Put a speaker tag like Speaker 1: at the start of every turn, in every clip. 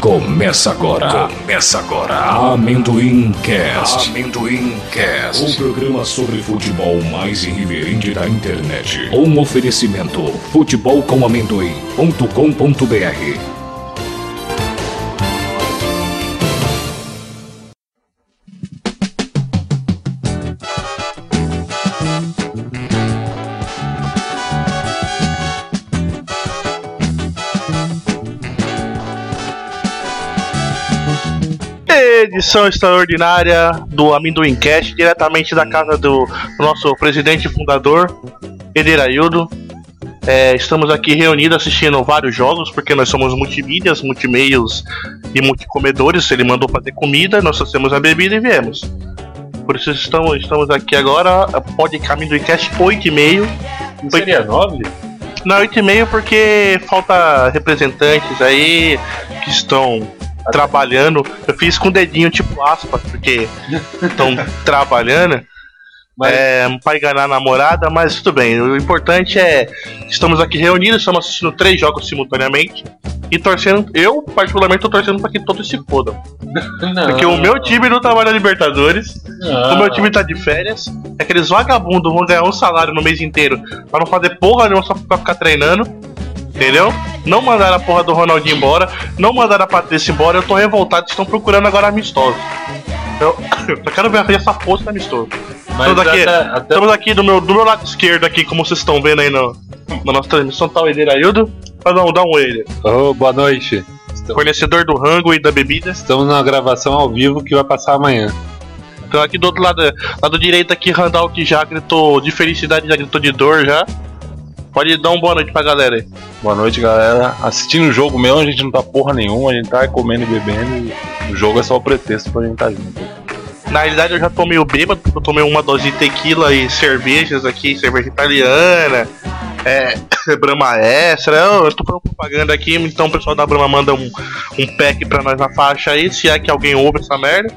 Speaker 1: Começa agora. Começa agora. Amendoim Cast. Amendoim Cast. O programa sobre futebol mais irreverente da internet. Um oferecimento: futebolcomamendoim.com.br.
Speaker 2: edição extraordinária do Amendoim Cash, diretamente da casa do nosso presidente e fundador, Ederaildo. É, estamos aqui reunidos assistindo vários jogos, porque nós somos multimídias, multimeios e multicomedores. Ele mandou fazer comida, nós fazemos a bebida e viemos. Por isso estamos, estamos aqui agora, pode Amendoim Cash 8,5.
Speaker 3: Não seria 9?
Speaker 2: Não, 8,5 porque falta representantes aí que estão trabalhando. Eu fiz com o dedinho tipo aspa, porque estão trabalhando. Mas... É, pra enganar a namorada, mas tudo bem. O importante é estamos aqui reunidos, estamos assistindo três jogos simultaneamente e torcendo. Eu, particularmente, tô torcendo para que todos se fodam. Não. Porque
Speaker 3: Ah.
Speaker 2: o meu time não trabalha na Libertadores, não. o meu time tá de férias. Aqueles vagabundos vão ganhar um salário no mês inteiro para não fazer porra nenhuma só pra ficar treinando entendeu? Não mandaram a porra do Ronaldinho embora, não mandaram a Patrícia embora, eu tô revoltado, estão procurando agora amistoso. Eu, eu quero ver essa força da amistoso. Mas estamos aqui, até, até... estamos aqui do, meu, do meu lado esquerdo aqui, como vocês estão vendo aí no, na nossa transmissão, tá o Ederaildo. Mas não, dá um ele.
Speaker 3: Oh, boa noite.
Speaker 2: Estamos... Fornecedor do rango e da bebida.
Speaker 3: Estamos na gravação ao vivo que vai passar amanhã.
Speaker 2: Então aqui do outro lado, lado direito aqui, Randall que já gritou de felicidade, já gritou de dor já. Pode dar uma boa noite pra galera aí.
Speaker 3: Boa noite, galera. Assistindo o jogo mesmo, a gente não tá porra nenhuma, a gente tá comendo e bebendo e o jogo é só o pretexto pra gente tá junto.
Speaker 2: Na realidade, eu já tomei o bêbado, porque eu tomei uma dose de tequila e cervejas aqui, cerveja italiana, é, Brahma Extra. Eu, eu tô fazendo propaganda aqui, então o pessoal da Brahma manda um, um pack pra nós na faixa aí, se é que alguém ouve essa merda.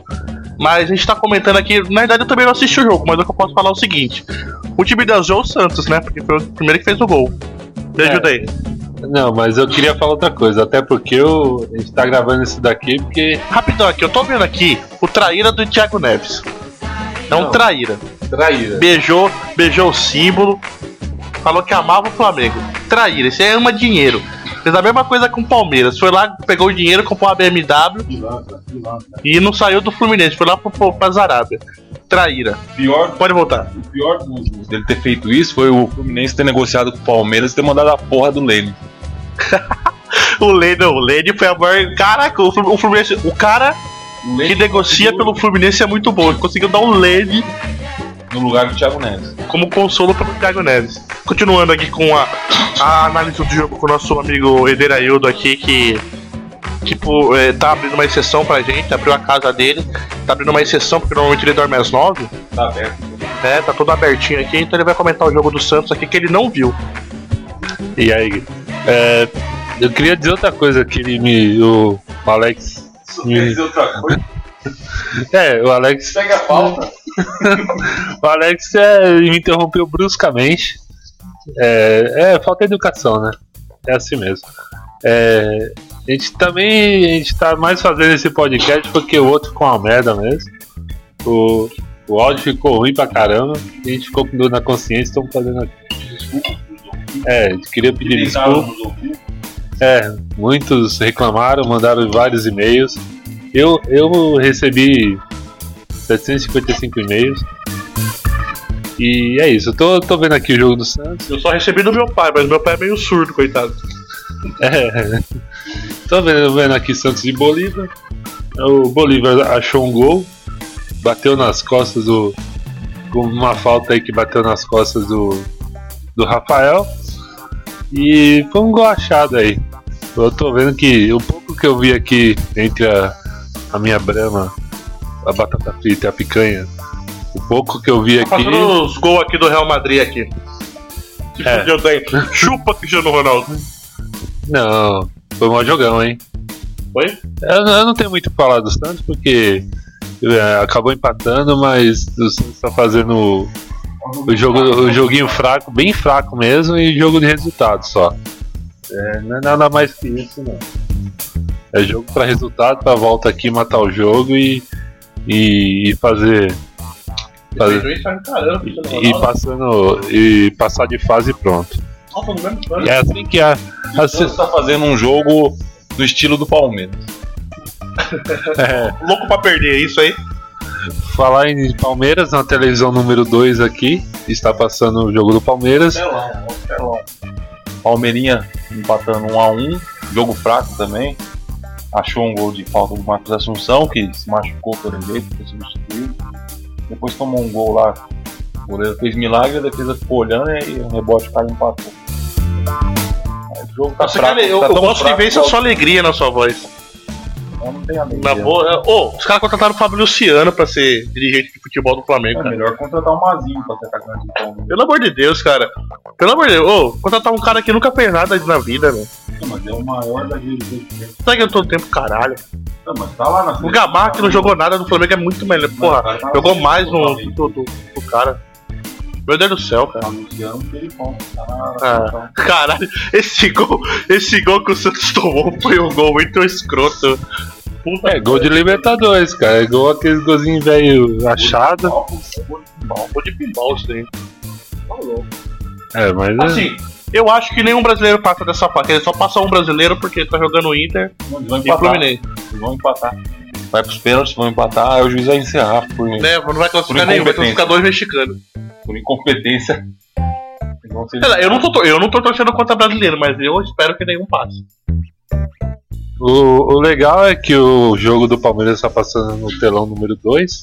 Speaker 2: Mas a gente tá comentando aqui, na verdade eu também não assisti o jogo, mas o que eu posso falar é o seguinte: o time da Zé é o Santos, né? Porque foi o primeiro que fez o gol. Me ajuda aí.
Speaker 3: É, não, mas eu queria falar outra coisa, até porque eu, a gente tá gravando isso daqui porque.
Speaker 2: Rapidão aqui, eu tô vendo aqui o traíra do Thiago Neves. É um não, traíra.
Speaker 3: Traíra.
Speaker 2: Beijou, beijou o símbolo, falou que amava o Flamengo. Traíra, isso aí ama dinheiro. Fez a mesma coisa com o Palmeiras. Foi lá, pegou o dinheiro, comprou a BMW pilota, pilota. e não saiu do Fluminense. Foi lá pro, pro, pra Zarábia. Traíra.
Speaker 3: Pior,
Speaker 2: Pode voltar.
Speaker 3: O pior do, dele ter feito isso foi o Fluminense ter negociado com o Palmeiras e ter mandado a porra do Lene.
Speaker 2: o Lene, o Lene foi a maior. Caraca, o, o Fluminense. O cara Lene que negocia pelo Fluminense é muito bom. Ele conseguiu dar um Lene
Speaker 3: no lugar do Thiago Neves.
Speaker 2: Como consolo para o Thiago Neves. Continuando aqui com a, a análise do jogo com o nosso amigo Ederaildo aqui, que, que pô, é, tá abrindo uma exceção pra gente, abriu a casa dele, tá abrindo uma exceção porque normalmente ele dorme às nove.
Speaker 3: Tá aberto.
Speaker 2: É, tá todo abertinho aqui, então ele vai comentar o jogo do Santos aqui que ele não viu.
Speaker 3: E aí, é, eu queria dizer outra coisa que ele me. O Alex.
Speaker 4: Isso me... dizer outra coisa?
Speaker 3: É, o Alex.
Speaker 4: Pega a pauta.
Speaker 3: o Alex é, me interrompeu bruscamente. É, é, falta de educação, né? É assim mesmo. É, a gente também a gente tá mais fazendo esse podcast porque o outro ficou uma merda mesmo. O, o áudio ficou ruim pra caramba. E a gente ficou com dor na consciência estamos fazendo aqui. É, a gente queria pedir
Speaker 2: tá,
Speaker 5: Então,
Speaker 3: desculpa. É, muitos reclamaram, mandaram vários e-mails. Eu, eu recebi 755 e-mails. E é isso, eu tô, tô vendo aqui o jogo do Santos.
Speaker 2: Eu só recebi do meu pai, mas meu pai é meio surdo, coitado.
Speaker 3: É. Tô vendo, vendo aqui Santos e Bolívar. O Bolívar achou um gol, bateu nas costas do. com uma falta aí que bateu nas costas do. do Rafael. E foi um gol achado aí. Eu tô vendo que o pouco que eu vi aqui entre a, a minha brama a batata frita, a picanha. O pouco que eu vi
Speaker 2: tá aqui. Fazendo os gols aqui do Real Madrid aqui. Se é. fudeu bem. Chupa Cristiano Ronaldo.
Speaker 3: Não, foi um jogão, hein?
Speaker 2: Foi?
Speaker 3: Eu, eu, não tenho muito pra falar do Santos porque é, acabou empatando, mas o Santos tá fazendo o, jogo, o joguinho fraco, bem fraco mesmo, e jogo de resultado só. É, não é nada mais que isso, não. É jogo pra resultado, pra volta aqui, matar o jogo e, e, e fazer. fazer
Speaker 4: Esse juiz faz um
Speaker 2: tá
Speaker 4: caramba,
Speaker 3: Tá e,
Speaker 4: pelo
Speaker 3: e
Speaker 4: Ronaldo.
Speaker 3: passando. E passar de fase e pronto.
Speaker 4: Nossa, no mesmo plano.
Speaker 3: É assim que é. Assim,
Speaker 5: Você tá fazendo um jogo do estilo do Palmeiras.
Speaker 3: é,
Speaker 2: Louco pra perder, é isso aí?
Speaker 3: falar em Palmeiras na televisão número 2 aqui. Está passando o jogo do Palmeiras.
Speaker 4: Telão, nossa, telão.
Speaker 5: Palmeirinha empatando 1 a 1 jogo fraco também. Achou um gol de falta do Marcos Assunção, que se machucou pelo jeito, foi substituído. Depois tomou um gol lá. O goleiro fez milagre, a defesa ficou olhando e o rebote o cara empatou. Mas O jogo tá
Speaker 2: Você
Speaker 5: fraco,
Speaker 2: quer ver? eu,
Speaker 5: tá
Speaker 2: eu
Speaker 5: tão
Speaker 2: gosto de
Speaker 5: fraco
Speaker 2: ver
Speaker 5: que
Speaker 2: essa sua alegria na sua voz.
Speaker 5: eu não tenho alegria.
Speaker 2: Na boa. Ô, os caras contrataram o Fábio Luciano pra ser dirigente de futebol do Flamengo,
Speaker 5: É
Speaker 2: cara.
Speaker 5: melhor contratar o Mazinho pra ser atacante do Palmeiras.
Speaker 2: Pelo amor de Deus, cara. Pelo amor de Deus. Ô, contratar um cara que nunca fez nada na vida, velho.
Speaker 4: Não, Mas é o maior da
Speaker 5: né?
Speaker 4: dirigente.
Speaker 2: Tá ganhando todo tempo, caralho.
Speaker 4: Não, mas tá lá na
Speaker 2: O Gabá, que não jogou nada no Flamengo, é muito melhor. Porra, jogou mais um. no do, do- do cara. Meu Deus do céu,
Speaker 5: tá
Speaker 2: cara.
Speaker 4: Anunciando que ele compra. Tá na-
Speaker 2: Ah. Caralho, esse gol, esse gol que o Santos tomou foi um gol muito escroto. Puta
Speaker 3: É gol de Libertadores, cara. É gol aqueles golzinhos velho achado.
Speaker 2: Pinball, gol de pinball isso aí.
Speaker 3: É, mas é-
Speaker 2: Assim, eu acho que nenhum brasileiro passa dessa fase. Ele só passa um brasileiro porque tá jogando Inter
Speaker 5: Eles vão
Speaker 2: e
Speaker 5: empatar.
Speaker 2: Fluminense.
Speaker 5: Eles vão empatar. Vai pros pênaltis, vão empatar, aí o juiz vai encerrar por,
Speaker 2: Né? Não vai classificar nenhum, vai classificar dois mexicanos.
Speaker 5: por incompetência. Eles vão ser
Speaker 2: Sei lá, eu não, tô, tor- eu não tô torcendo contra brasileiro, mas eu espero que nenhum passe.
Speaker 3: O, o legal é que o jogo do Palmeiras está passando no telão número 2,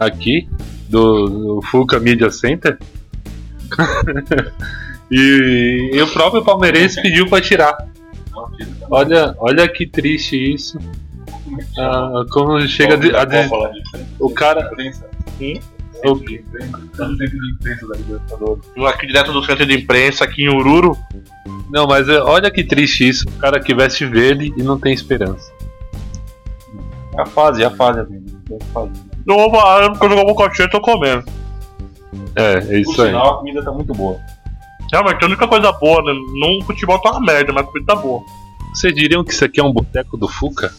Speaker 3: aqui, do, do Fuca Media Center. e, e o próprio palmeirense pediu para tirar. Olha, olha que triste isso. Ah, como chega de- a de- o cara. o-
Speaker 2: Aqui direto do centro de imprensa, aqui em Ururu.
Speaker 3: não, mas é, olha que triste isso. O cara que veste verde e não tem esperança.
Speaker 5: É A fase, a fase, assim, né? amigo. Tem que fazer.
Speaker 2: Não vou falar, porque eu jogar um coxinha, eu tô comendo.
Speaker 3: É, é
Speaker 5: Por
Speaker 3: isso aí.
Speaker 5: sinal, a comida tá muito boa.
Speaker 2: Realmente, a única coisa boa, né? Não, o futebol tá uma merda, mas a comida tá boa.
Speaker 3: Vocês diriam que isso aqui é um boteco do Fuca?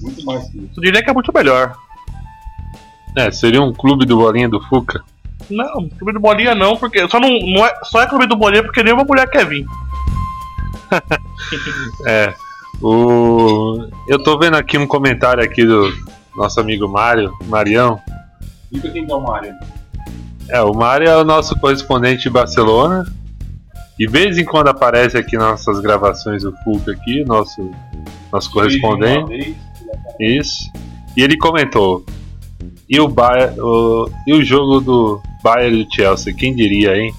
Speaker 5: Muito mais que isso.
Speaker 2: Eu diria que é muito melhor.
Speaker 3: É, seria um clube do bolinha do Fuca.
Speaker 2: Não, clube do bolinha não, porque. Só, não, não é, só é clube do bolinha porque nenhuma mulher quer vir.
Speaker 3: É. O... Eu tô vendo aqui um comentário aqui do nosso amigo Mário, Marião.
Speaker 4: Diga quem é o Mário.
Speaker 5: né?
Speaker 3: É, o Mário é o nosso correspondente de Barcelona. E de vez em quando aparece aqui nas nossas gravações do Fuca aqui, nosso, nosso correspondente. Isso. E ele comentou. E o, Bayer, o, e o jogo do Bayern e o Chelsea, quem diria, hein?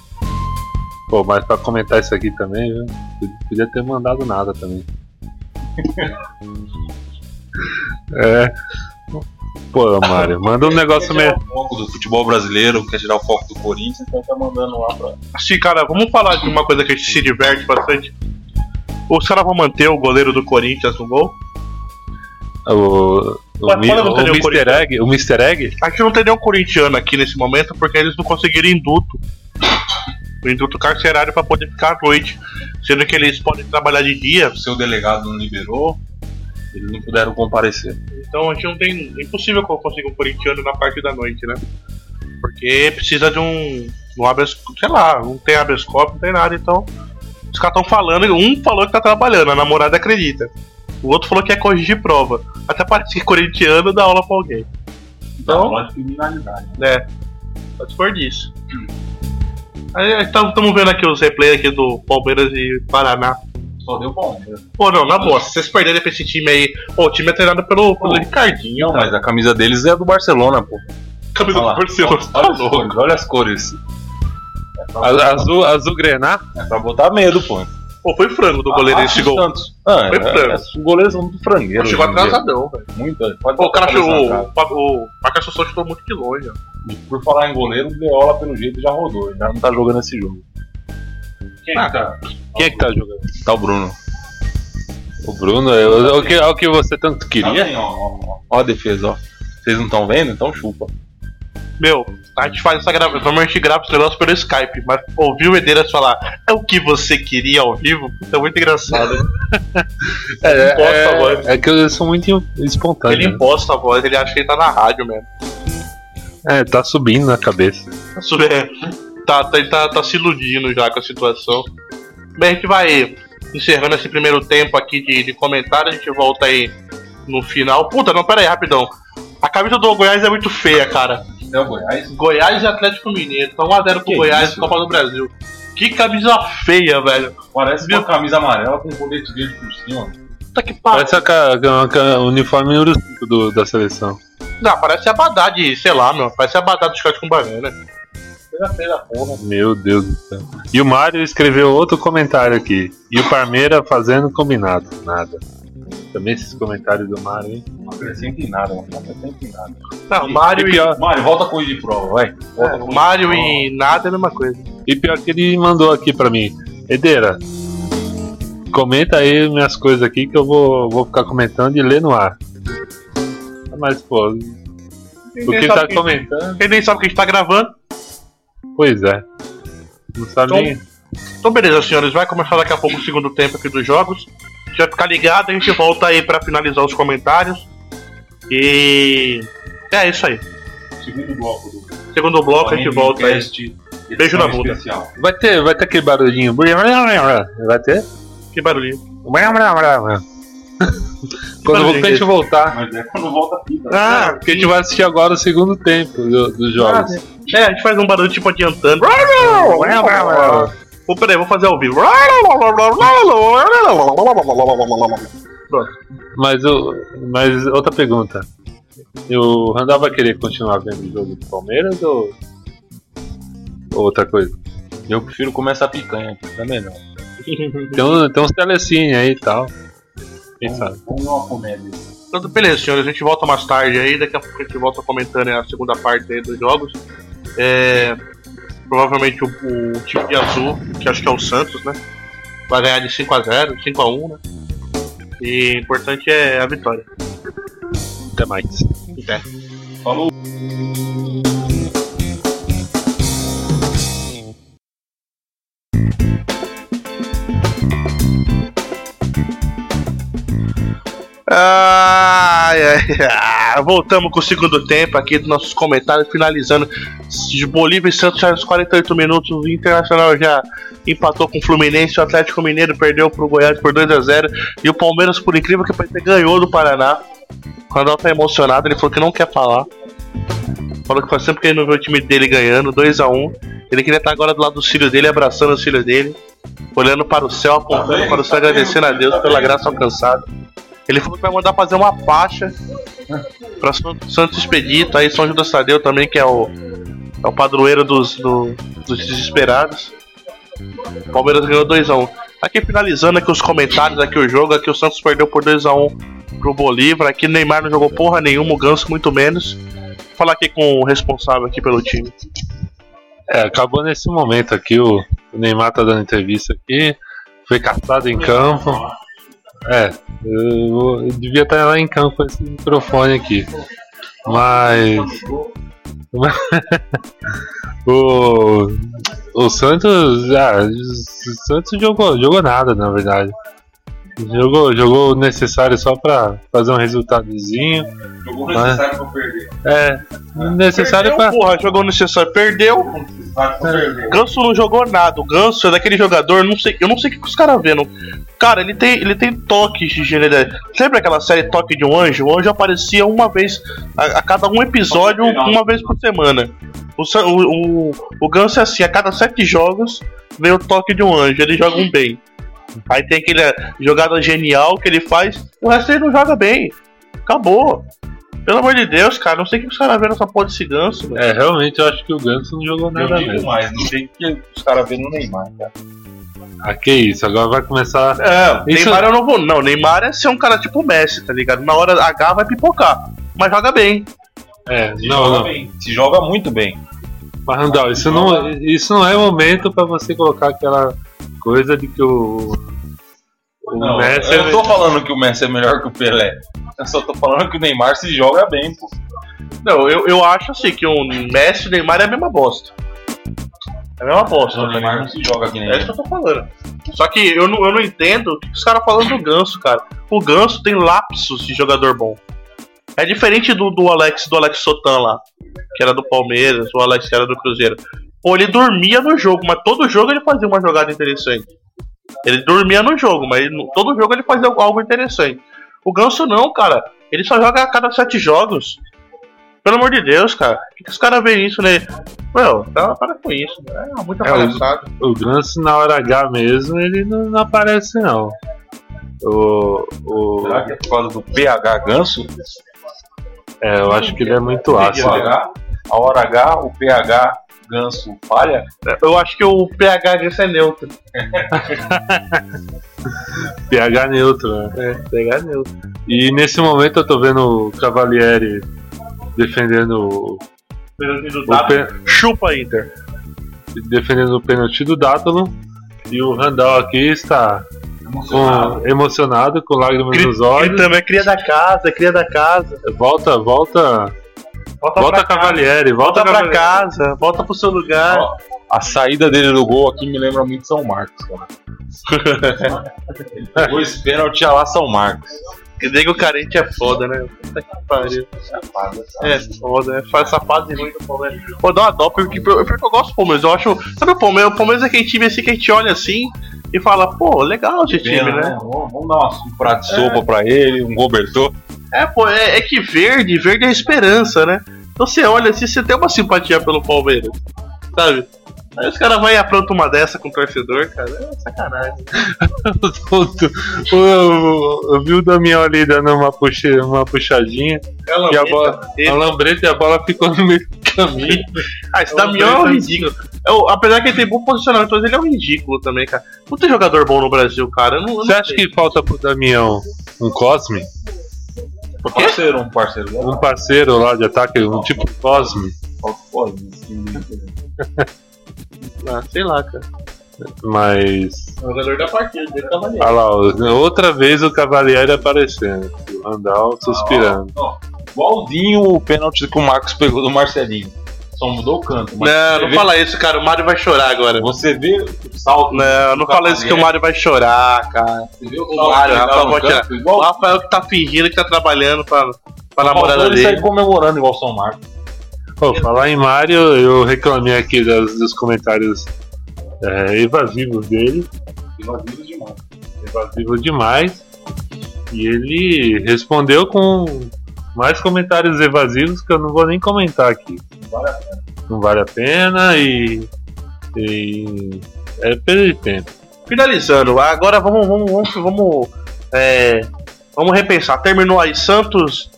Speaker 3: Pô, mas pra comentar isso aqui também, viu? Pod- podia ter mandado nada também. é. Pô, Mário, manda um negócio
Speaker 5: Quer tirar
Speaker 3: meio.
Speaker 5: o foco do futebol brasileiro, quer tirar o foco do Corinthians, então tá mandando lá pra.
Speaker 2: Assim, cara, vamos falar de uma coisa que a gente se diverte bastante. Os caras vão manter o goleiro do Corinthians no gol?
Speaker 3: O, o,
Speaker 2: Mas
Speaker 3: mi-
Speaker 2: fala do
Speaker 3: o
Speaker 2: Daniel
Speaker 3: Mr.
Speaker 2: Corinthians.
Speaker 3: Egg, o Mr. Egg?
Speaker 2: A gente não tem nenhum corintiano aqui nesse momento porque eles não conseguiram induto. O induto carcerário pra poder ficar à noite. Sendo que eles podem trabalhar de dia.
Speaker 5: O seu delegado não liberou, eles não puderam comparecer.
Speaker 2: Então a gente não tem. É impossível que eu consiga um corintiano na parte da noite, né? Porque precisa de um. um habeas, sei lá, não tem habeas corpus, não tem nada, então. Os caras estão falando, e um falou que tá trabalhando, a namorada acredita. O outro falou que ia corrigir prova. Até parece que corintiano dá aula pra alguém.
Speaker 5: Tá
Speaker 2: Então,
Speaker 4: Então, de criminalidade.
Speaker 2: né? Só se for disso. Estamos vendo aqui os replays aqui do Palmeiras e Paraná.
Speaker 5: Só deu bom.
Speaker 2: Pô, não, na boa, se vocês perderem pra esse time aí. Pô, o time é treinado pelo, pelo
Speaker 5: Pô.
Speaker 2: Ricardinho,
Speaker 5: Não, mas a camisa deles é do Barcelona, pô.
Speaker 2: camisa
Speaker 5: Olha
Speaker 2: do
Speaker 5: lá.
Speaker 2: Barcelona.
Speaker 5: Olha as cores, olha as cores. É pra,
Speaker 3: A- Azul, azul Grená?
Speaker 5: é pra botar medo, pô.
Speaker 2: Pô, foi frango do goleiro esse gol.
Speaker 5: Santos. Ah,
Speaker 2: Foi
Speaker 5: é,
Speaker 2: frango.
Speaker 5: é, os goleiros são muito frangueiros.
Speaker 2: Chegou
Speaker 5: hoje em dia.
Speaker 2: atrasadão, velho.
Speaker 5: Muito. Pode
Speaker 2: Pô, O cara
Speaker 5: botar a cabeça na
Speaker 2: chegou.
Speaker 5: trave.
Speaker 2: O Pa- o Marcos Assunção chutou muito de longe, ó.
Speaker 5: E Por falar em goleiro, o Deola, pelo jeito, já rodou. Já não tá jogando esse jogo.
Speaker 4: Quem
Speaker 2: Ah,
Speaker 4: tá?
Speaker 3: Quem é que tá jogando?
Speaker 5: Tá o Bruno.
Speaker 3: O Bruno, é o, é o que, é o
Speaker 4: Tá
Speaker 3: que você tanto queria.
Speaker 5: Queria? Ó, ó, ó. Ó a defesa, ó. Vocês não estão vendo? Então chupa.
Speaker 2: Meu, a gente faz essa gravação, normalmente a gente grava esse negócio pelo Skype, mas ouvir o Medeiros falar é o que você queria ao vivo, é muito engraçado.
Speaker 3: É,
Speaker 2: Imposta a voz.
Speaker 3: é, é que eu sou muito espontâneo.
Speaker 2: Ele
Speaker 3: né?
Speaker 2: imposta a voz, ele acha que ele tá na rádio mesmo.
Speaker 3: É, tá subindo na cabeça.
Speaker 2: Isso é. Tá, tá, ele tá, tá se iludindo já com a situação. Bem, a gente vai encerrando esse primeiro tempo aqui de, de comentário, a gente volta aí no final. Puta, não, pera aí, rapidão. A camisa do Goiás é muito feia, cara.
Speaker 4: É o Goiás.
Speaker 2: Goiás e Atlético Mineiro. Tá 1x0 pro
Speaker 4: Que
Speaker 2: Goiás
Speaker 4: isso?
Speaker 2: Copa do Brasil. Que camisa feia, velho.
Speaker 4: Parece uma camisa amarela com um colete verde por cima.
Speaker 2: Puta que pariu.
Speaker 3: Parece a, ca- a- a- o uniforme número 5 do, da seleção.
Speaker 2: Não, parece a Badá de, sei lá, meu. Parece a Badá do Chocolate com né? Banana.
Speaker 4: Coisa feia da porra.
Speaker 3: Meu Deus do céu. E o Mário escreveu outro comentário aqui. E o Parmeira fazendo combinado. Nada. Também esses comentários do Mário, hein?
Speaker 4: Não acrescenta em nada, não acrescenta em nada.
Speaker 2: Não,
Speaker 4: E-
Speaker 2: Ah, Mário e,
Speaker 3: e
Speaker 2: é
Speaker 3: pior,
Speaker 4: Mário, volta com o de prova, vai. Volta com o de
Speaker 2: Mário
Speaker 4: prova.
Speaker 2: e nada é a mesma coisa.
Speaker 3: E pior que ele mandou aqui pra mim. Edeira, comenta aí minhas coisas aqui que eu vou, vou ficar comentando e ler no ar. Ah, Mas, pô, o que ele tá comentando.
Speaker 2: Ele nem sabe o que a gente tá gravando.
Speaker 3: Pois é. Não sabe
Speaker 2: Então-
Speaker 3: nem.
Speaker 2: Então, beleza, senhores. Vai começar daqui a pouco o segundo tempo aqui dos jogos. A gente vai ficar ligado. A gente volta aí pra finalizar os comentários. E. É isso aí.
Speaker 4: Segundo bloco do
Speaker 2: Segundo bloco, a gente volta aí.
Speaker 4: Podcast, edição
Speaker 2: Beijo na bunda.
Speaker 4: é especial.
Speaker 3: Vai ter, vai ter aquele barulhinho. Vai ter?
Speaker 2: Que barulhinho.
Speaker 3: Quando o gente voltar.
Speaker 4: Mas é quando volta a fita. né?
Speaker 3: Ah, porque a gente vai assistir agora o segundo tempo do- dos jogos.
Speaker 2: É, a gente faz um barulho tipo adiantando. Pô, peraí, vou fazer ao vivo.
Speaker 3: Mas, o, mas outra pergunta. O Randall vai querer continuar vendo o jogo do Palmeiras ou. ou outra coisa?
Speaker 5: Eu prefiro comer essa picanha aqui, tá melhor.
Speaker 3: Tem, um, tem uns telecine aí e tal. Quem sabe?
Speaker 4: Vamos ver uma comédia.
Speaker 2: Então, beleza, senhores, a gente volta mais tarde aí, daqui a pouco a gente volta comentando aí a segunda parte aí dos jogos. É, provavelmente o, o time de azul, que acho que é o Santos, né? Vai ganhar de 5x0, 5x1, né? E o importante é a vitória.
Speaker 3: Até mais.
Speaker 2: Até.
Speaker 4: Falou.
Speaker 2: Ai, ai, ai. Voltamos com o segundo tempo aqui dos nossos comentários, finalizando. De Bolívia e Santos já nos 48 minutos. O Internacional já empatou com o Fluminense. O Atlético Mineiro perdeu para o Goiás por 2 a 0 E o Palmeiras, por incrível que pareça, ganhou do Paraná. O Randall tá emocionado, ele falou que não quer falar. Falou que faz tempo que ele não vê o time dele ganhando, 2 a 1 Ele queria estar agora do lado do filho dele, abraçando o filho dele, olhando para o céu, apontando
Speaker 4: bem,
Speaker 2: para o céu,
Speaker 4: tá bem,
Speaker 2: agradecendo a Deus
Speaker 4: tá
Speaker 2: pela
Speaker 4: bem.
Speaker 2: graça alcançada. Ele falou que vai mandar fazer uma faixa para Santo Expedito, aí São Judas Tadeu também, que é o, é o padroeiro dos, do- dos desesperados. O Palmeiras ganhou 2x1. Aqui finalizando aqui os comentários, aqui o jogo, aqui o Santos perdeu por 2x1 pro Bolívar. Aqui o Neymar não jogou porra nenhuma, o Ganso muito menos. Vou falar aqui com o responsável aqui pelo time.
Speaker 3: É, acabou nesse momento aqui. O, o Neymar tá dando entrevista aqui. Foi caçado em campo. É, eu, eu devia estar lá em campo com esse microfone aqui. Mas. O, o Santos. Ah, o Santos jogou, jogou nada, na verdade. Jogou, jogou o necessário só pra fazer um resultadozinho.
Speaker 4: Jogou necessário pra perder.
Speaker 3: É, necessário pra.
Speaker 2: perdeu, porra, jogou necessário, perdeu.
Speaker 4: Jogou necessário pra perder.
Speaker 2: Ganso não jogou nada. O Ganso é daquele jogador, não sei, eu não sei o que que os caras vendo. Cara, ele tem, ele tem toques de genialidade. Lembra aquela série Toque de um Anjo? O anjo aparecia uma vez a, a cada um episódio, uma vez por semana. O, Sa- o, o, o Ganso é assim, a cada sete jogos vem o toque de um anjo, ele joga um bem. Aí tem aquela jogada genial que ele faz, o resto ele não joga bem. Acabou. Pelo amor de Deus, cara, não sei o que os caras vendo essa porra desse ganso, velho.
Speaker 3: É, realmente eu acho que o Ganso não jogou
Speaker 4: Eu
Speaker 3: nada
Speaker 4: digo
Speaker 3: mesmo.
Speaker 4: mais, não tem que os caras verem no Neymar, cara.
Speaker 3: Ah, que isso, agora vai começar.
Speaker 2: É,
Speaker 3: Isso-
Speaker 2: Neymar eu não vou. Não, Neymar é ser um cara tipo o Messi, tá ligado? Na hora H vai pipocar. Mas joga bem.
Speaker 3: É,
Speaker 4: Se
Speaker 3: não,
Speaker 4: joga
Speaker 3: não.
Speaker 4: bem.
Speaker 5: Se joga muito Tá bem.
Speaker 3: Mas Randall, isso não, isso não é momento pra você colocar aquela coisa de que o. O
Speaker 4: Não,
Speaker 3: Messi.
Speaker 5: é Eu não tô falando que o Messi é melhor que o Pelé. Eu só tô falando que o Neymar se joga bem, pô.
Speaker 2: Não, eu, eu acho assim que o Messi e o Neymar é a mesma bosta. É a mesma bosta,
Speaker 5: O
Speaker 2: né?
Speaker 5: Neymar não se joga que nem
Speaker 2: É isso
Speaker 5: ele.
Speaker 2: que eu tô falando. Só que eu não, eu não entendo o que os caras falando do Ganso, cara. O Ganso tem lapsos de jogador bom. É diferente do, do Alex, do Alex Sotan lá, que era do Palmeiras, o Alex que era do Cruzeiro. Pô, ele dormia no jogo, mas todo jogo ele fazia uma jogada interessante. Ele dormia no jogo, mas ele não- todo jogo ele fazia algo interessante. O Ganso não, cara. Ele só joga a cada sete jogos. Pelo amor de Deus, cara. Por que, que os caras veem isso nele? Meu, tá, para com isso. É muita
Speaker 3: É, o-
Speaker 2: palhaçada.
Speaker 3: O Ganso na hora H mesmo, ele não, não aparece não. O, o,
Speaker 5: Será que é por causa do PH ganso?
Speaker 3: é, eu acho que ele é muito ácido.
Speaker 5: PH, a hora H, o PH ganso falha?
Speaker 2: É, Eu acho que o pH disso é neutro.
Speaker 3: pH neutro, né?
Speaker 2: É, pH é neutro.
Speaker 3: E nesse momento eu tô vendo o Cavalieri defendendo o, o pe-
Speaker 2: Tá? Chupa Inter.
Speaker 3: defendendo o pênalti do Dátulo. E o Randall aqui está com- emocionado, com lágrimas
Speaker 2: Gri-
Speaker 3: nos olhos.
Speaker 2: Ele também é cria da casa, é cria da casa.
Speaker 3: Volta, volta.
Speaker 2: Volta,
Speaker 3: Volta
Speaker 2: pra, casa,
Speaker 3: Cavalieri,
Speaker 2: volta
Speaker 3: volta,
Speaker 2: pra
Speaker 3: Cavalieri.
Speaker 2: casa, volta pro seu lugar.
Speaker 5: Ó, A saída dele do gol aqui me lembra muito São Marcos, cara. Ele pegou esse pênalti a lá São Marcos.
Speaker 2: Que nego carente é foda, né? Puta que pariu. É foda, né? Faz essa fase ruim do Palmeiras. Pô, dá uma dó, porque, porque eu gosto do Palmeiras. Eu acho. Sabe o Palmeiras? O Palmeiras é aquele time assim que a gente olha assim e fala, pô, legal esse time, né?
Speaker 5: Vamos vamos dar uma- um prato de sopa pra ele, um cobertor.
Speaker 2: É, pô, é, é que verde, verde é esperança, né? Então você olha assim, você tem uma simpatia pelo Palmeiras, sabe? Aí os caras vão e aprontam uma dessa com o torcedor, cara. É sacanagem.
Speaker 3: Eu, eu- eu vi o Damião ali dando uma, puxa, uma puxadinha.
Speaker 2: Ela
Speaker 3: E a bola,
Speaker 2: ele.
Speaker 3: a lambreta e a bola ficou no meio do caminho.
Speaker 2: Ah, esse Damião é um ridículo. É o- apesar que ele tem bom posicionamento, mas ele é um ridículo também, cara. Não tem jogador bom no Brasil, cara. Eu não, eu não
Speaker 3: Você acha
Speaker 2: sei.
Speaker 3: que falta pro Damião um Cosme?
Speaker 5: Um parceiro, um parceiro.
Speaker 3: Um parceiro lá de ataque, um tipo Cosme?
Speaker 5: Pô, esse-
Speaker 2: Ah, sei lá, cara.
Speaker 3: Mas.
Speaker 5: Um
Speaker 2: É o jogador da partida, ele tava ali.
Speaker 3: Olha lá, outra vez o Cavalieri aparecendo. O Randall suspirando.
Speaker 5: Igualzinho o pênalti que o Marcos pegou do Marcelinho. Só mudou o canto. mas
Speaker 2: Não,
Speaker 5: você
Speaker 2: não
Speaker 5: vê-
Speaker 2: fala isso, cara. O Mário vai chorar agora.
Speaker 5: Você vê o salto.
Speaker 2: Não, não fala isso que o Mário vai chorar, cara.
Speaker 5: Você vê o
Speaker 2: Mário,
Speaker 5: salto
Speaker 2: Rafa,
Speaker 5: no
Speaker 2: vou
Speaker 5: canto,
Speaker 2: O
Speaker 5: igual
Speaker 2: Rafael que tá fingindo que tá trabalhando pra, pra
Speaker 5: Faltou
Speaker 2: namorada
Speaker 5: ele
Speaker 2: dele.
Speaker 5: sair comemorando igual São Marcos.
Speaker 3: Pô, falar em Mario, eu reclamei aqui das- dos comentários é, evasivos dele.
Speaker 5: Invadido demais.
Speaker 3: Evasivo demais. E ele respondeu com mais comentários evasivos que eu não vou nem comentar aqui. Não vale a pena. e. e é perda de tempo.
Speaker 2: Finalizando, agora vamos, vamos, vamos, vamos, é, vamos repensar. Terminou aí Santos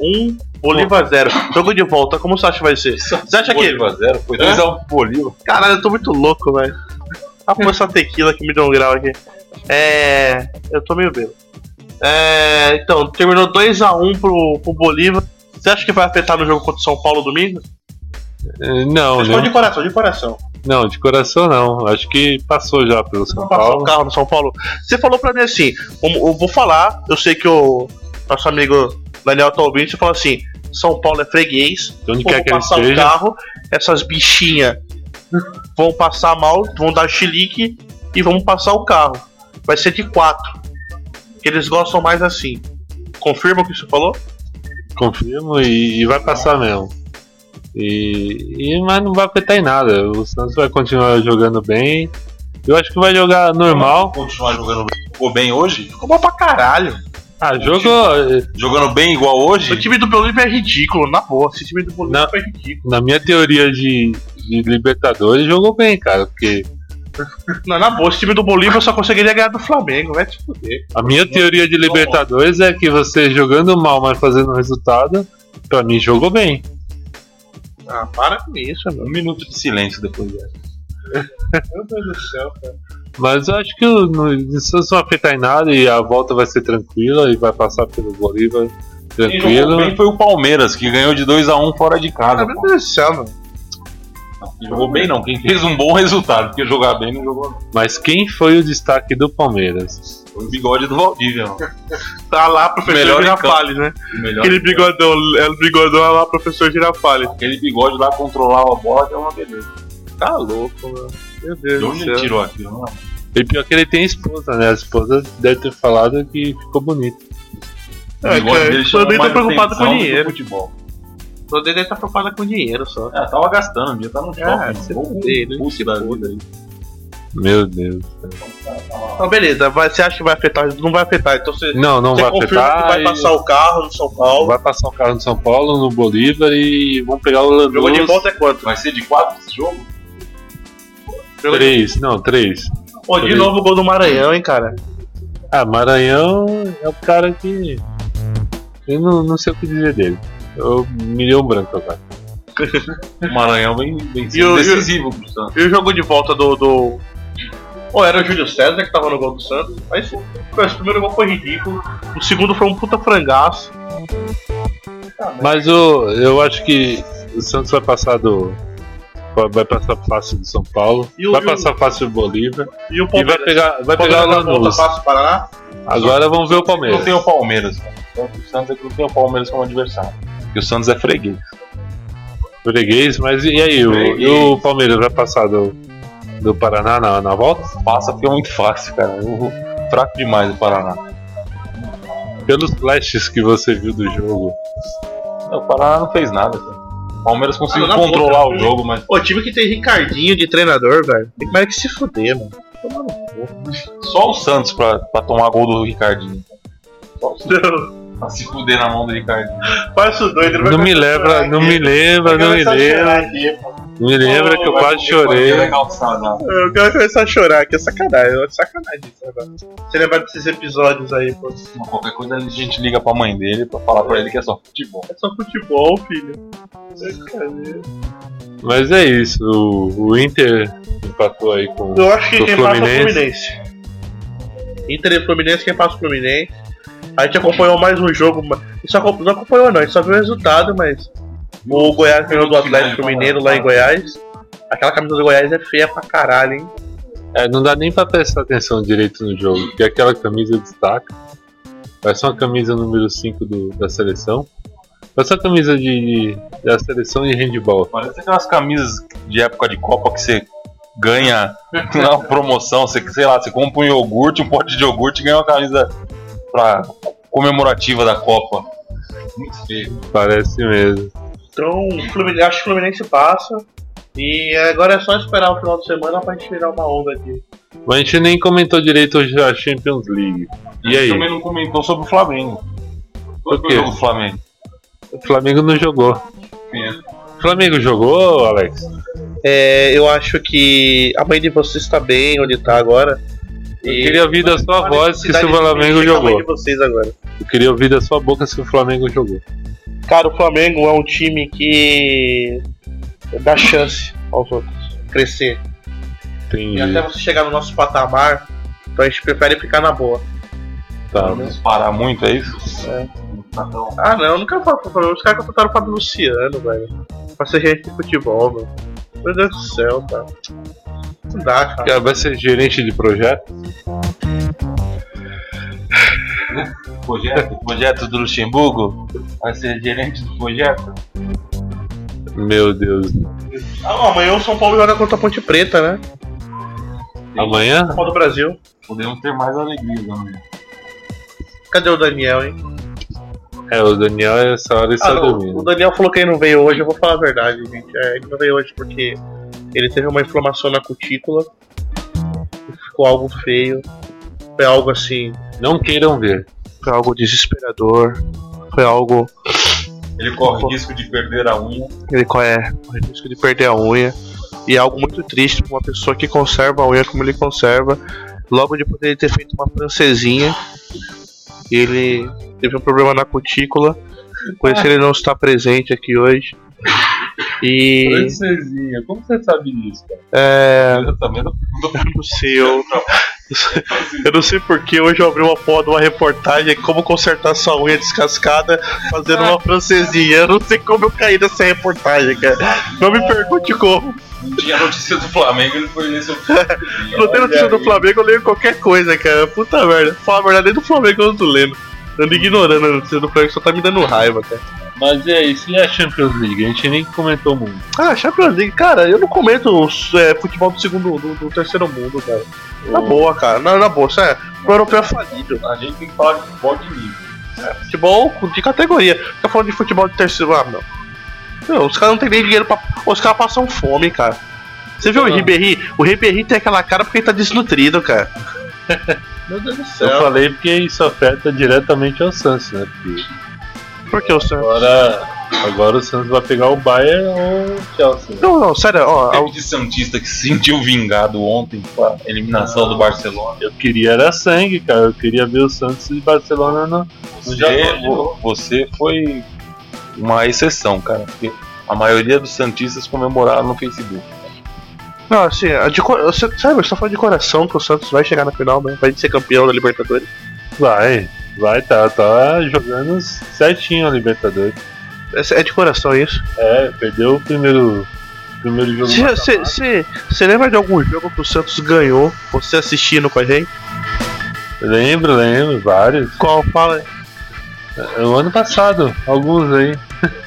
Speaker 2: 1, Bolívar 0. Jogo de volta, como você acha que vai ser? Você acha que.
Speaker 5: Bolívar zero, foi
Speaker 2: Hã?
Speaker 5: 2x1 pro Bolívar.
Speaker 2: Caralho, eu tô muito louco, velho. Ah, pô, essa tequila que me deu um grau aqui. É. Eu tô meio bêbado. É, então, terminou 2x1 pro, pro Bolívar. Você acha que vai afetar no jogo contra o São Paulo domingo?
Speaker 3: É, Não,
Speaker 2: Responde
Speaker 3: né?
Speaker 2: de coração, de coração.
Speaker 3: Não, de coração não. Acho que passou já pelo São
Speaker 2: Não passou o
Speaker 3: Paulo.
Speaker 2: carro no São Paulo. Você falou pra mim assim, eu, eu vou falar, eu sei que o nosso amigo Daniel tá ouvindo, você falou assim, São Paulo é freguês,
Speaker 3: De onde
Speaker 2: eu
Speaker 3: quer
Speaker 2: vou
Speaker 3: que ele
Speaker 2: passar o
Speaker 3: esteja.
Speaker 2: carro, essas bichinhas vão passar mal, vão dar chilique e vão passar o carro. Vai ser de quatro. Que eles gostam mais assim. Confirma o que você falou?
Speaker 3: Confirmo e, e vai passar mesmo. E, e- mas não vai afetar em nada. O Santos vai continuar jogando bem. Eu acho que vai jogar normal.
Speaker 5: Continuar jogando bem. Ficou bem hoje?
Speaker 2: Ficou bom pra caralho.
Speaker 3: Ah, jogo.
Speaker 5: Jogando bem igual hoje?
Speaker 2: O time do Bolívar é ridículo, na boa. Esse time do Bolívar é ridículo.
Speaker 3: Na minha teoria de, de Libertadores, jogou bem, cara. Porque
Speaker 2: Não, na boa, esse time do Bolívar só conseguiria ganhar do Flamengo, vai te fuder.
Speaker 3: a minha teoria de Libertadores é que você jogando mal, mas fazendo resultado, pra mim jogou bem.
Speaker 2: Ah, para com isso, meu.
Speaker 5: Um minuto de silêncio depois dessa.
Speaker 2: Meu Deus do céu, cara.
Speaker 3: Mas eu acho que o- no- isso não afeta em nada e a volta vai ser tranquila e vai passar pelo Bolívar
Speaker 5: Quem jogou
Speaker 3: tranquilo.
Speaker 2: É
Speaker 5: bem foi o Palmeiras, que ganhou um de 2x1 fora de casa.
Speaker 2: meu
Speaker 5: pô.
Speaker 2: Deus do céu, meu.
Speaker 5: Jogou bem não, quem fez um bom resultado, porque jogar bem não jogou não.
Speaker 3: Mas quem foi o destaque do Palmeiras?
Speaker 5: Foi o bigode do Valdívia, mano.
Speaker 2: Tá lá, professor
Speaker 5: Melhor em
Speaker 2: Girafales, né?
Speaker 5: O melhor
Speaker 2: Aquele bigodão, é o bigodão é lá, professor Girafales.
Speaker 5: Aquele bigode lá controlava a bola, que é uma beleza. é
Speaker 2: Tá louco, mano. Meu
Speaker 5: De
Speaker 2: Deus
Speaker 5: onde
Speaker 2: do
Speaker 5: ele
Speaker 2: céu.
Speaker 5: tirou aquilo, mano?
Speaker 3: E pior que ele tem esposa, né? A esposa deve ter falado que ficou bonito.
Speaker 5: O
Speaker 2: É,
Speaker 5: bigode
Speaker 2: cara,
Speaker 5: dele
Speaker 2: só
Speaker 5: chamou
Speaker 2: nem tô
Speaker 5: mais
Speaker 2: preocupado
Speaker 5: atenção
Speaker 2: com
Speaker 5: do que o
Speaker 2: dinheiro.
Speaker 5: futebol.
Speaker 2: Só dele tá preocupado com dinheiro só.
Speaker 5: É, tava gastando, devia estar no
Speaker 2: Ah,
Speaker 5: shopping.
Speaker 2: se
Speaker 5: Ou
Speaker 2: fuder, né?
Speaker 5: pulse da vida aí.
Speaker 3: Meu Deus.
Speaker 2: Então, beleza, vai- você acha que vai afetar? Não vai afetar. Então você,
Speaker 3: Não, não
Speaker 2: você
Speaker 3: vai
Speaker 2: confirma
Speaker 3: afetar.
Speaker 2: que vai
Speaker 3: e-
Speaker 2: passar o carro no São Paulo.
Speaker 3: Vai passar o carro no São Paulo, no Bolívar e vão pegar o Lanús.
Speaker 2: Jogou de volta é quanto?
Speaker 5: Vai ser de quatro esse jogo?
Speaker 2: Jogou de...
Speaker 3: Três, não, três.
Speaker 2: Pô, de
Speaker 3: três.
Speaker 2: novo o gol do Maranhão, hein, cara.
Speaker 3: Ah, Maranhão é o cara que. Eu não, não sei o que dizer dele. Eu me deu um branco agora.
Speaker 5: O Maranhão vem, vem
Speaker 2: E
Speaker 5: sendo
Speaker 2: o- e o-
Speaker 5: decisivo pro Santos.
Speaker 2: E o jogo de volta do. do... Ou era o Júlio César que tava no gol do Santos. Aí sim, esse primeiro gol foi ridículo. O segundo foi um puta frangaço.
Speaker 3: Mas o, eu acho que o Santos vai passar do. Vai passar fácil do São Paulo.
Speaker 2: E o-
Speaker 3: vai
Speaker 2: e o-
Speaker 3: passar fácil do Bolívar.
Speaker 2: E o
Speaker 3: E vai
Speaker 2: Palmeiras.
Speaker 3: pegar, vai pegar o
Speaker 2: Palmeiras na volta
Speaker 3: Lanús.
Speaker 2: passa o Paraná.
Speaker 3: Agora vamos ver o Palmeiras.
Speaker 5: Não tem o Palmeiras, cara. Então, O Santos é que não tem o Palmeiras como adversário. Porque o Santos é freguês.
Speaker 3: Freguês, mas e aí? O,
Speaker 5: Freguês.
Speaker 3: e o Palmeiras vai passar do, do Paraná na, na volta?
Speaker 5: Passa porque é muito fácil, cara. Eu- fraco demais o Paraná.
Speaker 2: um-
Speaker 3: Pelos flashes que você viu do jogo.
Speaker 5: Não, o Paraná não fez nada, cara. O Palmeiras conseguiu
Speaker 2: Ah, não, na
Speaker 5: controlar
Speaker 2: boca,
Speaker 5: o
Speaker 2: né?
Speaker 5: jogo, mas
Speaker 2: Ô, time que tem Ricardinho de treinador, velho. Tem que mais que se fuder, mano.
Speaker 5: só o Santos pra, pra tomar gol do Ricardinho. Só o Santos pra se fuder na mão do Ricardinho.
Speaker 2: Passa o doido, ele vai
Speaker 3: Não me lembra, não me lembra, não me lembra. Não me lembra que eu
Speaker 5: Vai
Speaker 3: quase
Speaker 5: comer bandeira
Speaker 3: chorei.
Speaker 5: calçada.
Speaker 2: Eu quero começar a chorar aqui, é sacanagem, é sacanagem isso agora. Você lembrar desses episódios aí, pô.
Speaker 5: Mas Qualquer coisa a gente liga pra mãe dele pra falar pra ele que é só futebol.
Speaker 2: É só futebol, filho. Brincadeira.
Speaker 3: Mas é isso, o, o Inter empatou aí com.
Speaker 2: Eu acho que
Speaker 3: Do
Speaker 2: quem
Speaker 3: Fluminense.
Speaker 2: passa é o Fluminense. Inter e Fluminense, quem passa é o Fluminense. A gente acompanhou mais um jogo, mas- só acom- não acompanhou não, a gente só viu o resultado, mas o Goiás ganhou do Atlético Mineiro lá em Goiás. Aquela camisa do Goiás é feia pra caralho, hein?
Speaker 3: É, não dá nem pra prestar atenção direito no jogo, porque aquela camisa destaca. Parece uma camisa número 5 do- da seleção. Parece uma camisa de, de- da seleção de handball.
Speaker 5: Parece aquelas camisas de época de Copa que você ganha na promoção, você, sei lá, você compra um iogurte, um pote de iogurte e ganha uma camisa pra comemorativa da Copa. Muito feio.
Speaker 3: Parece mesmo.
Speaker 2: Então, o Fluminense, acho que o Fluminense passa. E agora é só esperar o final de semana pra gente tirar uma onda aqui.
Speaker 3: Mas a gente nem comentou direito hoje a Champions League. E aí?
Speaker 5: também não comentou sobre o Flamengo. Qual foi
Speaker 3: quê?
Speaker 5: o jogo do Flamengo?
Speaker 3: O Flamengo não jogou. O Flamengo jogou, Alex?
Speaker 2: É, eu acho que a mãe de vocês está bem onde tá agora.
Speaker 3: Eu queria ouvir da sua voz que se o Flamengo
Speaker 2: Chega a mãe
Speaker 3: jogou.
Speaker 2: de vocês agora.
Speaker 3: Eu queria ouvir da sua boca se o Flamengo jogou.
Speaker 2: Cara, o Flamengo é um time que dá chance aos outros crescer.
Speaker 3: Tem.
Speaker 2: E até você chegar no nosso patamar, então a gente prefere ficar na boa.
Speaker 3: Tá.
Speaker 5: Vamos parar muito, é isso? Tá
Speaker 2: Ah, não, eu nunca falo pro Flamengo. Os caras contrataram o Fábio Luciano, velho. Pra ser gerente de futebol, mano. Meu Deus do céu, cara. Não dá, cara.
Speaker 3: Cara, Ah, Vai ser gerente de projeto?
Speaker 5: Projeto, projeto do Luxemburgo? Vai ser gerente do projeto?
Speaker 3: Meu Deus.
Speaker 2: Ah, amanhã o São Paulo joga contra a Ponte Preta, né?
Speaker 3: Amanhã?
Speaker 2: Copa do Brasil.
Speaker 5: Podemos ter mais alegria, né?
Speaker 2: Cadê o Daniel, hein?
Speaker 3: É, o Daniel essa hora
Speaker 2: Ah,
Speaker 3: está
Speaker 2: não,
Speaker 3: dormindo.
Speaker 2: o Daniel falou que ele não veio hoje, eu vou falar a verdade, gente. É, ele não veio hoje porque ele teve uma inflamação na cutícula. E ficou algo feio. Foi algo assim.
Speaker 3: né? Não queiram ver.
Speaker 2: Foi algo desesperador. Foi algo.
Speaker 5: Ele corre risco de perder a unha.
Speaker 2: Ele corre corre risco de perder a unha. E é algo muito triste pra uma pessoa que conserva a unha como ele conserva. Logo depois de ele ter feito uma francesinha, ele teve um problema na cutícula. Por isso ele não está presente aqui hoje. E.
Speaker 5: Francesinha, como você sabe disso, cara?
Speaker 2: É,
Speaker 5: Eu também não
Speaker 2: eu não sei, eu, Eu não sei porque hoje eu abri uma porra de uma reportagem como consertar sua unha descascada fazendo uma francesinha. Eu não sei como eu caí nessa reportagem, cara. Não me pergunte como.
Speaker 4: Não tinha notícia do Flamengo, ele foi nesse.
Speaker 2: Não tem notícia do
Speaker 4: Olha aí.
Speaker 2: Flamengo, eu leio qualquer coisa, cara. Puta merda. Fala a verdade, nem do Flamengo eu não lembro. Ando ignorando a notícia do Flamengo, só tá me dando raiva, cara.
Speaker 3: Mas é isso, e a Champions League? A gente nem comentou muito.
Speaker 2: Ah, Champions League, cara, eu não comento é, futebol do segundo, do, do terceiro mundo, cara. Na boa, cara, na, na boa, isso é pro europeu é falido.
Speaker 4: A gente tem que falar de futebol de nível.
Speaker 2: Futebol de categoria. Fica falando de futebol de terceiro. Ah, não. Não, os caras não tem nem dinheiro pra. Os caras passam fome, cara. Você viu o Ribéry? O Ribéry tem aquela cara porque ele tá desnutrido, cara.
Speaker 3: Meu Deus do
Speaker 2: céu.
Speaker 3: Eu falei porque isso afeta diretamente ao Santos, né? Porque
Speaker 2: Por que o Santos?
Speaker 3: agora, agora o Santos vai pegar o Bayern ou o Chelsea.
Speaker 2: Não, não, sério, ó.
Speaker 5: Teve de Santista que se sentiu vingado ontem com a eliminação do Barcelona.
Speaker 3: Eu queria era sangue, cara. Eu queria ver o Santos e Barcelona no, no
Speaker 5: Você,
Speaker 3: Japão.
Speaker 5: vo- você foi uma exceção, cara. Porque a maioria dos Santistas comemoraram no Facebook.
Speaker 2: Não, assim, a de, cor- você, sabe, você tá falando de coração que o Santos vai chegar na final, né? Vai ser campeão da Libertadores.
Speaker 3: Vai, vai, tá, tá jogando certinho a Libertadores.
Speaker 2: É, é de coração isso.
Speaker 3: É, perdeu o primeiro, primeiro jogo.
Speaker 2: Você- Você você lembra de algum jogo que o Santos ganhou, você assistindo com a gente?
Speaker 3: Lembro, lembro, vários.
Speaker 2: Qual? Fala aí.
Speaker 3: É, O ano passado, alguns aí.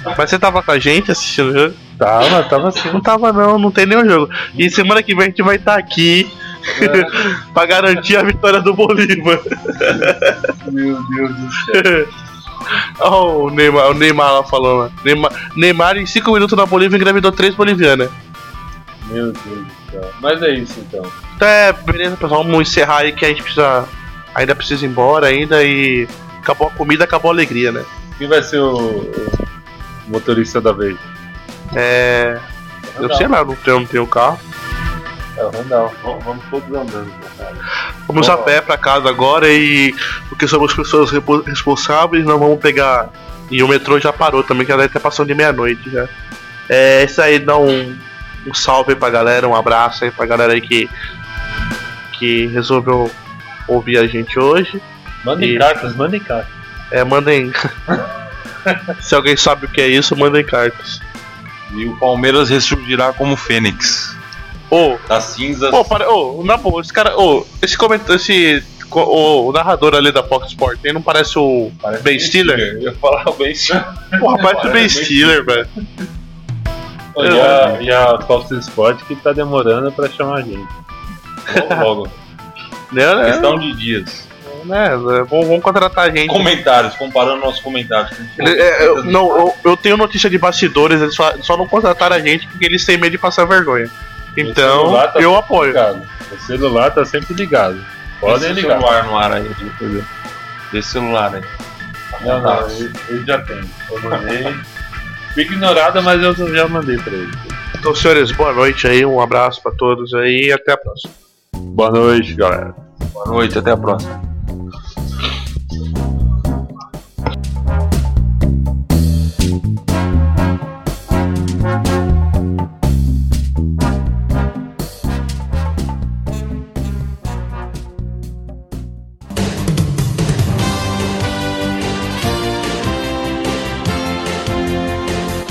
Speaker 2: Mas você tava com a gente assistindo o jogo?
Speaker 3: Tava, tava assim.
Speaker 2: Não tava não, não tem nenhum jogo. E semana que vem a gente vai estar aqui pra garantir a vitória do Bolívar.
Speaker 4: Meu Deus do céu.
Speaker 2: Olha o Neymar, o Neymar lá falando. né? Neymar, Neymar em 5 minutos na Bolívia engravidou 3 bolivianas.
Speaker 3: Meu Deus do céu. Mas é isso então.
Speaker 2: Então é, beleza, pessoal, vamos encerrar aí que a gente precisa. Ainda precisa ir embora ainda e. Acabou a comida, acabou a alegria, né?
Speaker 3: Quem vai ser o, o motorista da vez?
Speaker 2: É. Eu sei lá, não tenho, não tenho carro.
Speaker 3: É o Randall. Vamos, vamos todos andando. cara.
Speaker 2: Vamos a pé pra casa agora e. Porque somos pessoas repo- responsáveis, não vamos pegar. E o metrô já parou também, que já deve estar passando de meia-noite já. É isso aí, dá um, um salve aí pra galera, um abraço aí pra galera aí que. que resolveu ouvir a gente hoje.
Speaker 3: Mandem
Speaker 2: E-
Speaker 3: cartas, mandem cartas.
Speaker 2: É, mandem. Se alguém sabe o que é isso, mandem cartas.
Speaker 5: E o Palmeiras ressurgirá como Fênix.
Speaker 2: Ô,
Speaker 5: Das cinzas.
Speaker 2: ô, para, ô, na boa, esse cara, ô, esse comentário, esse. co- ô, o narrador ali da Fox Sport, ele não parece o
Speaker 5: Parece
Speaker 2: Ben Stiller?
Speaker 5: Eu ia falar o Ben Stiller.
Speaker 2: Porra, parece o Ben
Speaker 5: Parece
Speaker 2: Stiller, velho.
Speaker 3: E a, e a Fox Sport que tá demorando pra chamar a gente.
Speaker 5: Logo, logo.
Speaker 2: Né, né?
Speaker 5: É. Questão é? de dias.
Speaker 2: né, né, vão, vão contratar a gente.
Speaker 5: Comentários, comparando nossos comentários.
Speaker 2: Ele- é, eu, não, eu, eu tenho notícia de bastidores, eles só, só não contrataram a gente porque eles têm medo de passar vergonha. Então,
Speaker 3: celular tá
Speaker 2: eu apoio.
Speaker 3: Ligado. O celular tá sempre ligado. Podem
Speaker 5: Podem ligar.
Speaker 3: ligar.
Speaker 5: celular é no ar aí. Desse celular aí.
Speaker 3: Não, não, tá ele, ele já tem. Eu mandei. Fui ignorado, mas eu já mandei pra ele.
Speaker 2: Então, senhores, boa noite aí, um abraço pra todos aí e até a próxima.
Speaker 3: Boa noite, galera.
Speaker 5: Boa noite, até a próxima.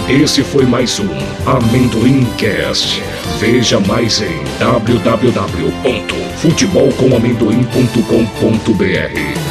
Speaker 1: Esse foi mais um Amendoimcast. Veja mais em www.futebolcomamendoim.com.br.